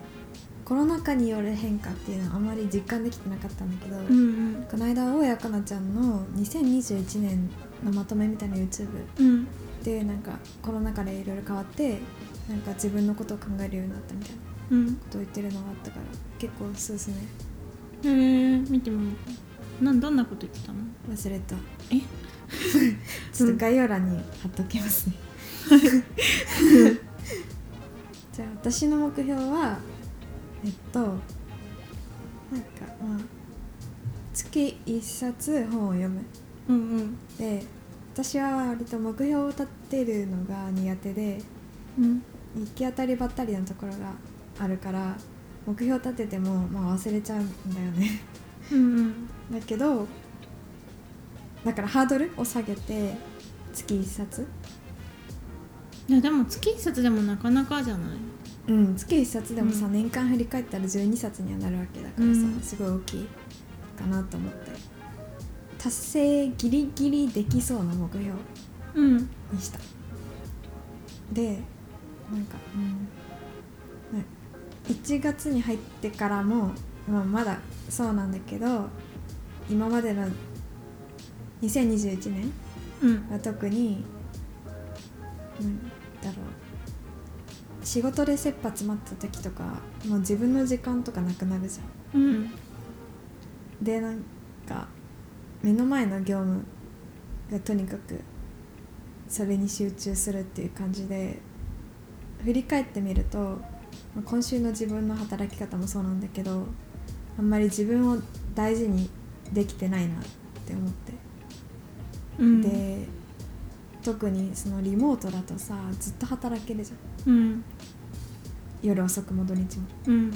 S2: コロナ禍による変化っていうのはあんまり実感できてなかったんだけど、
S1: うん
S2: この間大家かなちゃんの2021年のまとめみたいな YouTube
S1: うん
S2: でなんかコロナ禍でいろいろ変わってなんか自分のことを考えるようになったみたいなこ
S1: うん
S2: とを言ってるのがあったから結構おすすめ
S1: へえ見てもなんどんなこと言ってたの
S2: 忘れた
S1: え
S2: ちょっと概要欄に貼っときますねじゃあ私の目標はえっとなんかまあ月1冊本を読む
S1: うんうん
S2: で私は割と目標を立てるのが苦手で
S1: うん
S2: 行き当たりばったりなところがあるから目標立てても、まあ、忘れちゃうんだよね
S1: うん
S2: だけどだからハードルを下げて月1冊
S1: いやでも月一冊でもなかなかじゃない
S2: うん月1冊でもさ、
S1: う
S2: 年間振り返ったら12冊にはなるわけだからさ、
S1: うん
S2: すごい大きいかなと思って達成ギリギリできそうな目標
S1: うん
S2: にしたでなんか、うんね、1月に入ってからも、まあ、まだそうなんだけど今までの2021年
S1: うん
S2: は特になんだろう仕事で切羽詰まった時とかもう自分の時間とかなくなるじゃん
S1: うん
S2: でなんか目の前の業務がとにかくそれに集中するっていう感じで振り返ってみるとまあ今週の自分の働き方もそうなんだけどあんまり自分を大事にできてないなって思って、
S1: うん、
S2: で特にそのリモートだとさずっと働けるじゃん
S1: うん
S2: 夜遅くも土日も
S1: うん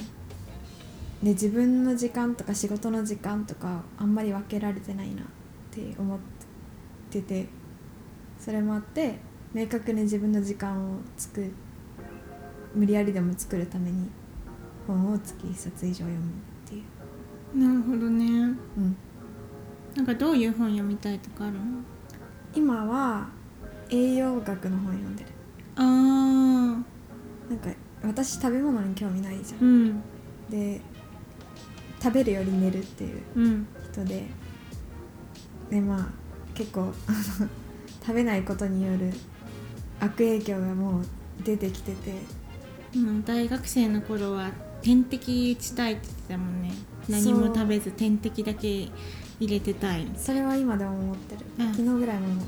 S2: で自分の時間とか仕事の時間とかあんまり分けられてないなって思っててそれもあって明確に自分の時間を作る無理やりでも作るために本を月1冊以上読むっていう、
S1: なるほどね
S2: うん、
S1: なんかどういう本読みたいとかあるの
S2: 今は栄養学の本読んでる
S1: あ
S2: なんか私食べ物に興味ないじゃ
S1: ーうん
S2: んで食べるより寝るっていう
S1: うん
S2: 人ででまあ結構 あの食べないことによる悪影響がもう出てきてて
S1: うん大学生の頃は点滴打ちたいって言ってたもんね何も食べず点滴だけ入れてたい
S2: それは今でも思ってる、
S1: うん
S2: 昨日ぐらいも思っ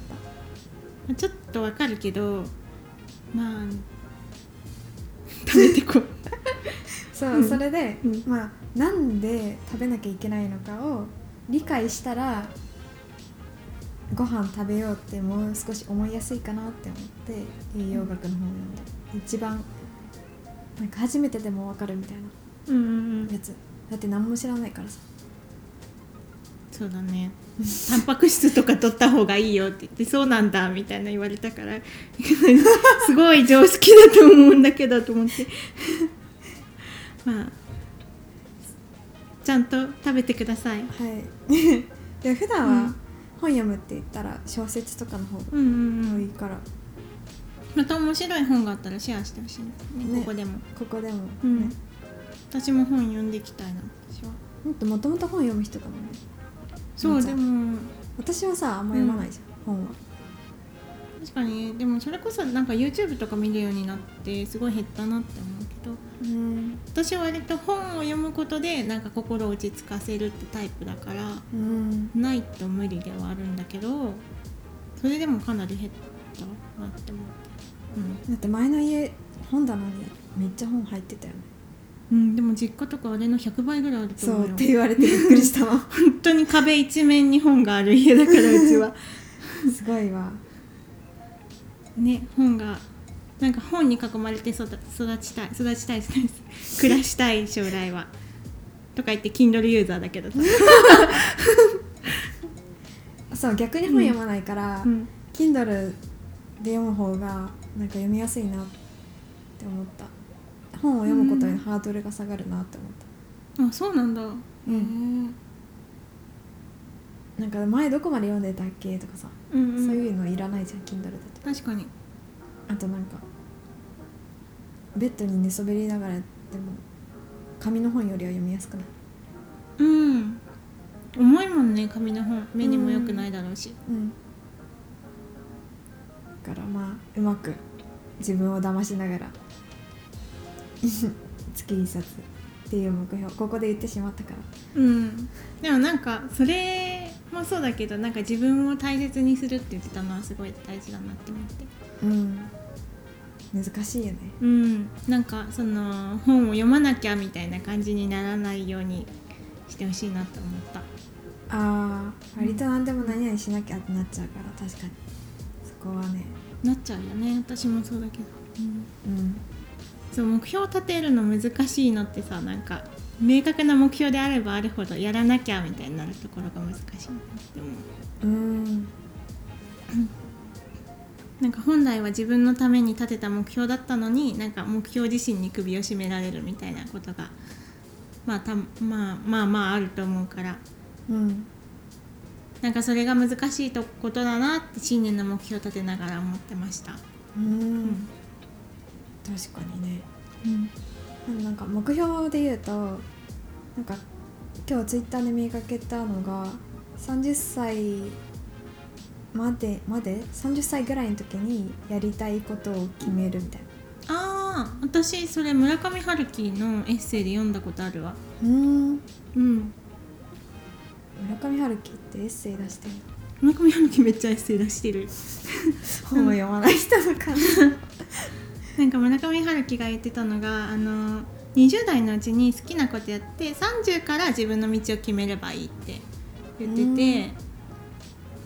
S1: まあちょっとわかるけどまあ食べてこう
S2: たそう、
S1: うん
S2: それで、
S1: うん
S2: まあなんで食べなきゃいけないのかを理解したらご飯食べようってもう少し思いやすいかなって思って栄養学の本を読んだ一番なんか初めてでも分かるみたいな
S1: うんうんう
S2: や
S1: ん
S2: つだって何も知らないからさ
S1: そうだねタンパク質とか取った方がいいよって言ってそうなんだみたいな言われたから すごい常識だと思うんだけどと思って まあちゃんと食べてください
S2: はい。 で普段
S1: うん
S2: は本読むって言ったら小説とかの方が
S1: うんうんうん
S2: 多いから、
S1: また面白い本があったらシェアしてほしいですね
S2: ね
S1: ここでも、
S2: ここでも、ね
S1: うん私も本読んでいきたいな私は
S2: もっともともと本読む人だもんね。
S1: そう
S2: じ
S1: で
S2: ゃあ
S1: も
S2: 私はさあんま読まないじゃん、本は。
S1: 確かにでもそれこそなんか YouTube とか見るようになってすごい減ったなって思うけど
S2: うん。
S1: 私は割と本を読むことでなんか心を落ち着かせるってタイプだから
S2: うん。
S1: ないと無理ではあるんだけどそれでもかなり減ったなって思って
S2: だって前の家本棚にめっちゃ本入ってたよね。
S1: うん、うん、でも実家とかあれの100倍ぐらいあると
S2: そ
S1: 思う
S2: う
S1: よ
S2: って言われてびっくりしたわ。
S1: 本当に壁一面に本がある家だからうちは
S2: すごいわ。
S1: ね本がなんか本に囲まれて育育ちたい育ちたいじゃないです暮らしたい将来はとか言って Kindle ユーザーだけどさ、
S2: そう逆に本読まないから、
S1: うん
S2: Kindle で読む方がなんか読みやすいなって思った。本を読むことにハードルが下がるなって思
S1: あ
S2: った。
S1: そうなんだ、
S2: う
S1: へえ
S2: なんか前どこまで読んでたっけとかさ、
S1: うんうん
S2: そういうのいらないじゃん Kindle だと
S1: 確かに
S2: あとなんかベッドに寝そべりながらでも紙の本よりは読みやすくない
S1: うん重いもんね紙の本目にも良くないだろうし、
S2: うんだからまあうまく自分を騙しながら 月一冊っていう目標ここで言ってしまったから
S1: うん、でもなんかそれもそうだけどなんか自分を大切にするって言ってたのはすごい大事だなって思って
S2: うん難しいよね
S1: うん、なんかその本を読まなきゃみたいな感じにならないようにしてほしいなと思った
S2: ああ割と何でも何々しなきゃってなっちゃうから確かにそこはね
S1: なっちゃうよね私もそうだけど、
S2: うん
S1: そう目標を立てるの難しいのってさなんか明確な目標であればあるほどやらなきゃみたいになるところが難しいなって思う
S2: うん
S1: なんか本来は自分のために立てた目標だったのになんか目標自身に首を絞められるみたいなことが、まあ、たまあまあまああると思うから
S2: うん
S1: なんかそれが難しいとことだなって新年の目標を立てながら思ってました。
S2: うん確かにね
S1: うん、
S2: でもなんか目標で言うとなんか今日ツイッターで見かけたのが30歳までまで30歳ぐらいの時にやりたいことを決めるみたいな
S1: ああ、私それ村上春樹のエッセイで読んだことあるわ。
S2: うん
S1: うん、
S2: 村上春樹ってエッセイ出してるの
S1: 村上春樹めっちゃエッセイ出してる。
S2: 本を読まない人のかな
S1: なんか村上春樹が言ってたのがあの20代のうちに好きなことやって30から自分の道を決めればいいって言ってて、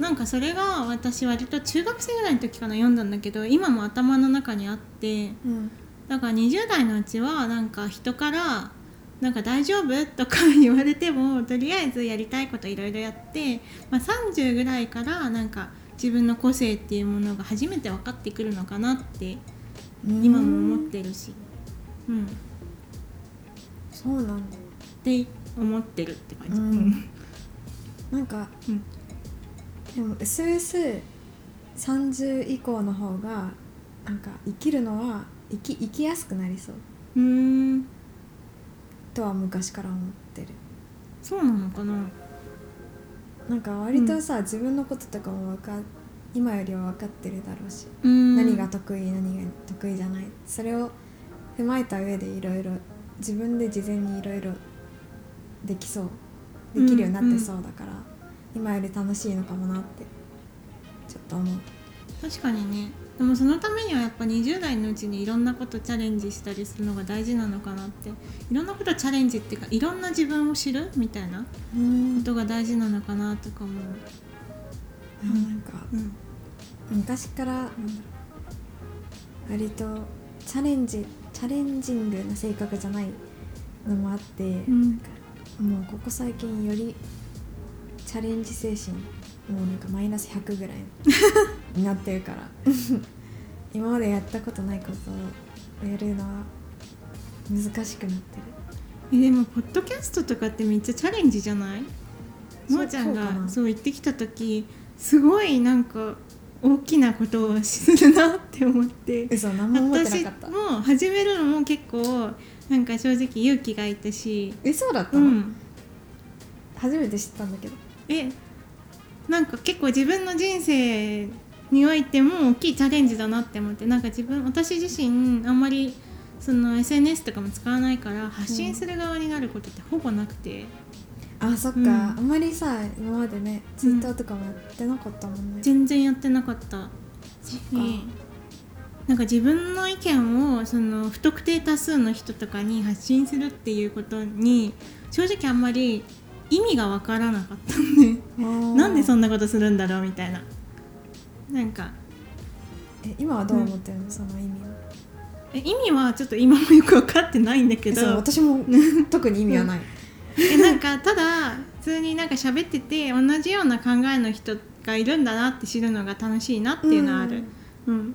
S1: なんかそれが私割と中学生ぐらいの時かな読んだんだけど今も頭の中にあって
S2: うん
S1: だから20代のうちはなんか人から「なんか大丈夫?」とか言われてもとりあえずやりたいこといろいろやって、まあ、30ぐらいからなんか自分の個性っていうものが初めて分かってくるのかなって今も思ってるし、うん、っ
S2: そうなんだ
S1: て思ってるって感じ。
S2: うん
S1: うん
S2: なんか
S1: うん
S2: でも SS30 以降の方がなんか生きるのは生き生きやすくなりそう
S1: うーん
S2: とは昔から思ってる
S1: そうなのかな
S2: なんか割とさ、自分のこととかもわか今よりは分かってるだろうし、
S1: うーん
S2: 何が得意何が得意じゃないそれを踏まえた上でいろいろ自分で事前にいろいろできそうできるようになってそうだから、今より楽しいのかもなってちょっと思う
S1: 確かにねでもそのためにはやっぱ20代のうちにいろんなことチャレンジしたりするのが大事なのかなっていろんなことチャレンジっていうかいろんな自分を知るみたいなこ
S2: うん
S1: とが大事なのかなとかも、
S2: なんか
S1: うん、
S2: 昔からなんだろう割とチャレンジチャレンジングな性格じゃないのもあって、
S1: ん
S2: もうここ最近よりチャレンジ精神もうなんかマイナス100ぐらいになってるから 今までやったことないことをやるのは難しくなってる
S1: えでもポッドキャストとかってめっちゃチャレンジじゃない
S2: そう
S1: もーちゃん
S2: そうか
S1: が
S2: な
S1: そう言ってきた時すごいなんか大きなことをするなって思って
S2: 嘘何も思って
S1: 私
S2: なかった
S1: も始めるのも結構なんか正直勇気がいったし
S2: 嘘だった
S1: う
S2: の、
S1: ん
S2: 初めて知ったんだけど
S1: えなんか結構自分の人生においても大きいチャレンジだなって思ってなんか自分私自身あんまりその SNS とかも使わないから発信する側になることってほぼなくて、
S2: あそっか、
S1: うん
S2: あんまりさ今までねツイッターとかもやってなかったもんね、
S1: 全然やってなかったし
S2: っか
S1: なんか自分の意見をその不特定多数の人とかに発信するっていうことに正直あんまり意味がわからなかったんでなんでそ
S2: ん
S1: んなことするんだろうみたいななんか
S2: え今はどう思ってるの、その意味は
S1: え意味はちょっと今もよく分かってないんだけ
S2: えそう
S1: ど
S2: 私 も特に意味はない、
S1: えなんかただ普通になんか喋ってて同じような考えの人がいるんだなって知るのが楽しいなっていうのはある。うん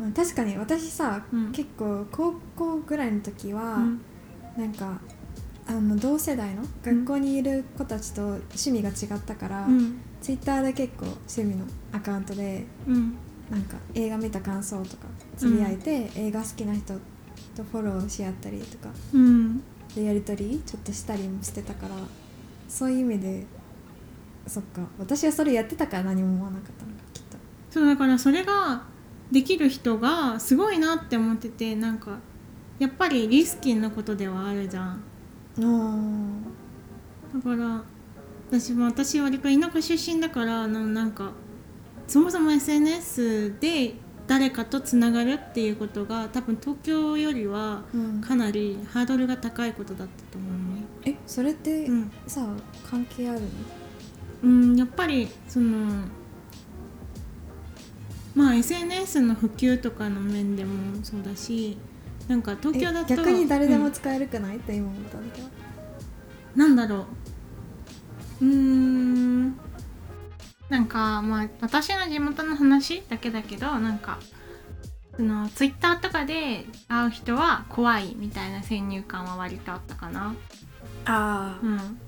S2: まあ、確かに私さ、
S1: うん
S2: 結構高校ぐらいの時は、
S1: うん
S2: なんかあの同世代の学校にいる子たちと趣味が違ったから、
S1: うん
S2: ツイッターで結構趣味のアカウントで
S1: うん
S2: なんか映画見た感想とかつぶやいて、映画好きな人とフォローし合ったりとか
S1: うん
S2: でやり取りちょっとしたりもしてたからそういう意味でそっか私はそれやってたから何も思わなかったのかきっと。
S1: そうだからそれができる人がすごいなって思っててなんかやっぱりリスキーなことではあるじゃんだから私も私割と田舎出身だからななんかそもそも SNS で誰かとつながるっていうことが多分東京よりは
S2: うん
S1: かなりハードルが高いことだったと思うね。
S2: えそれって
S1: うん
S2: さ、関係あるの
S1: うん、やっぱりそのまあ SNS の普及とかの面でもそうだしなんか東京だ
S2: え
S1: と
S2: 逆に誰で
S1: う
S2: も
S1: ん
S2: 使えるくない、って今思ったんだけど
S1: なんだろううーんなんかまあ私の地元の話だけだけどなんかそのツイッターとかで会う人は怖いみたいな先入観は割とあったかな。
S3: ああ、
S1: うん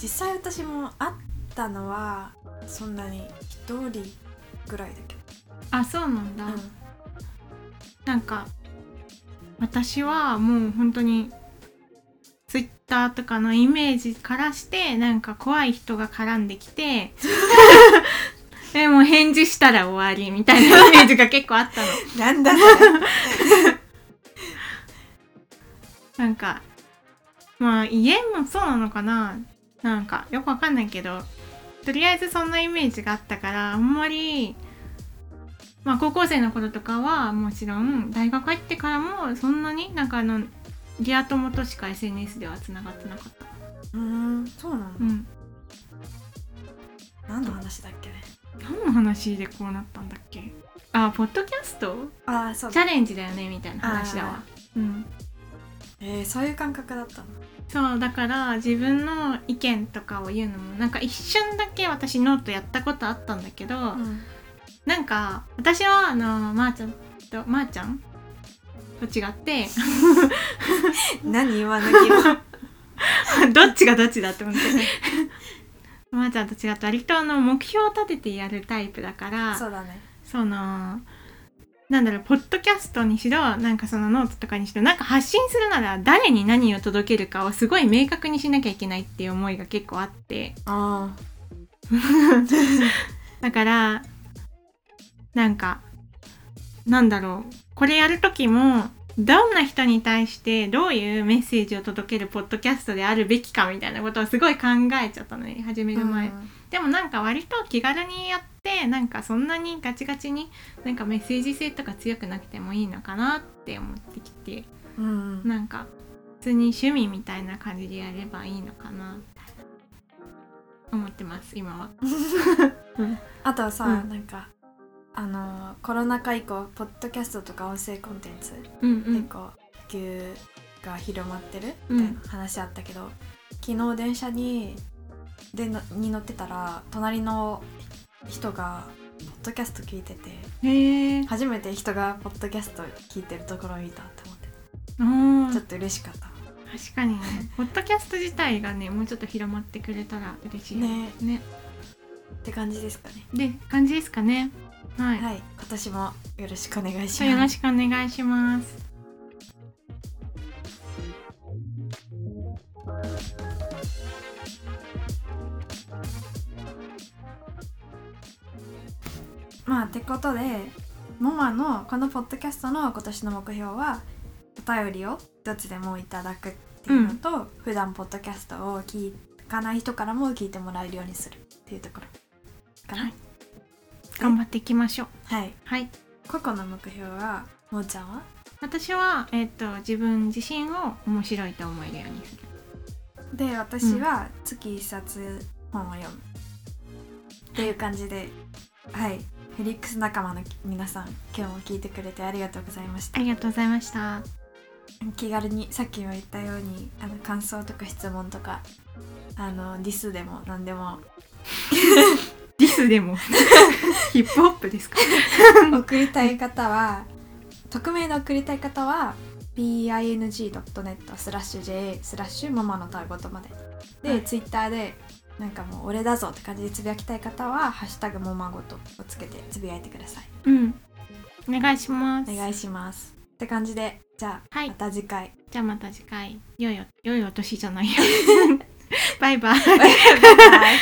S3: 実際私も会ったのはそんなに一人ぐらいだけど
S1: あそうなんだ、
S3: うん
S1: なんか私はもう本当にツイッターとかのイメージからしてなんか怖い人が絡んできてでも返事したら終わりみたいなイメージが結構あったの
S3: なんだそれ
S1: なんかまあ家もそうなのかななんかよくわかんないけどとりあえずそんなイメージがあったからあんまりまあ、高校生の頃とかはもちろん大学入ってからもそんなになんかあのリア友としか SNS ではつながってなかった、
S2: うーんそうなの、
S1: うん、
S2: 何の話だっけね
S1: 何の話でこうなったんだっけあポッドキャスト
S2: ああそう
S1: チ
S2: だ
S1: ャレンジだよねみたいな話だわ
S2: あ、
S1: うん、
S2: えー、そういう感覚だったの
S1: そうだから自分の意見とかを言うのもなんか一瞬だけ私ノートやったことあったんだけど、
S2: うん
S1: なんか私はあのまー、ちゃんとまー、ちゃんと違って
S2: 何今の疑 問
S1: どっちがどっちだって思って まーちゃんと違って割とあの目標を立ててやるタイプだから
S2: そうだね
S1: そのなんだろうポッドキャストにしろなんかそのノートとかにしろなんか発信するなら誰に何を届けるかをすごい明確にしなきゃいけないっていう思いが結構あって
S2: あ
S1: だからなんかなんだろうこれやる時もどんな人に対してどういうメッセージを届けるポッドキャストであるべきかみたいなことをすごい考えちゃったのね始める前、でもなんか割と気軽にやってなんかそんなにガチガチになんかメッセージ性とか強くなくてもいいのかなって思ってきて
S2: うん、うん
S1: なんか普通に趣味みたいな感じでやればいいのかなみたいな思ってます今は。
S2: あとはさ、
S1: うん
S2: なんかあのコロナ禍以降ポッドキャストとか音声コンテンツ
S1: うんう
S2: 結
S1: ん
S2: 構普及が広まってる
S1: うん
S2: みたいな話あったけど、昨日電車にでのに乗ってたら隣の人がポッドキャスト聞いてて
S1: へえ
S2: 初めて人がポッドキャスト聞いてるところを見たと思ってちょっと嬉しかった
S1: 確かにねポッドキャスト自体がねもうちょっと広まってくれたら嬉しいよ
S2: ね
S1: ね
S2: って感じですかね
S1: で感じですかねはい、
S2: はい今年もよろしくお願いし
S1: よ
S2: ま
S1: ろ
S2: す
S1: しくお願いします
S2: まあてことでモマのこのポッドキャストの今年の目標はお便りを一つでもいただくっていうのと、普段ポッドキャストを聞かない人からも聞いてもらえるようにするっていうところかな
S1: はい頑張っていきましょう
S2: はい
S1: はい
S2: 個々の目標はもーちゃんは
S1: 私は、えっと自分自身を面白いと思えるようにする
S2: で私は月一冊本を読む、っていう感じではいフェリックス仲間の皆さん今日も聞いてくれてありがとうございました
S1: ありがとうございました
S2: 気軽にさっきも言ったようにあの感想とか質問とかあのディスでも何 でも
S1: リスで もヒップホップですか
S2: 送りたい方は匿名で送りたい方は bing.net スラッシュ j スラッシュママのたわごとまでで、
S1: はい
S2: ツイッターでなんかもう俺だぞって感じでつぶやきたい方は「ハッシュタグもまごと」をつけてつぶやいてください
S1: うんお願いします
S2: お願いしますって感じでじゃあ、
S1: はい
S2: また 次回
S1: じゃあまた次回良いお良いお年じゃないよ バイバイ
S2: バイバイ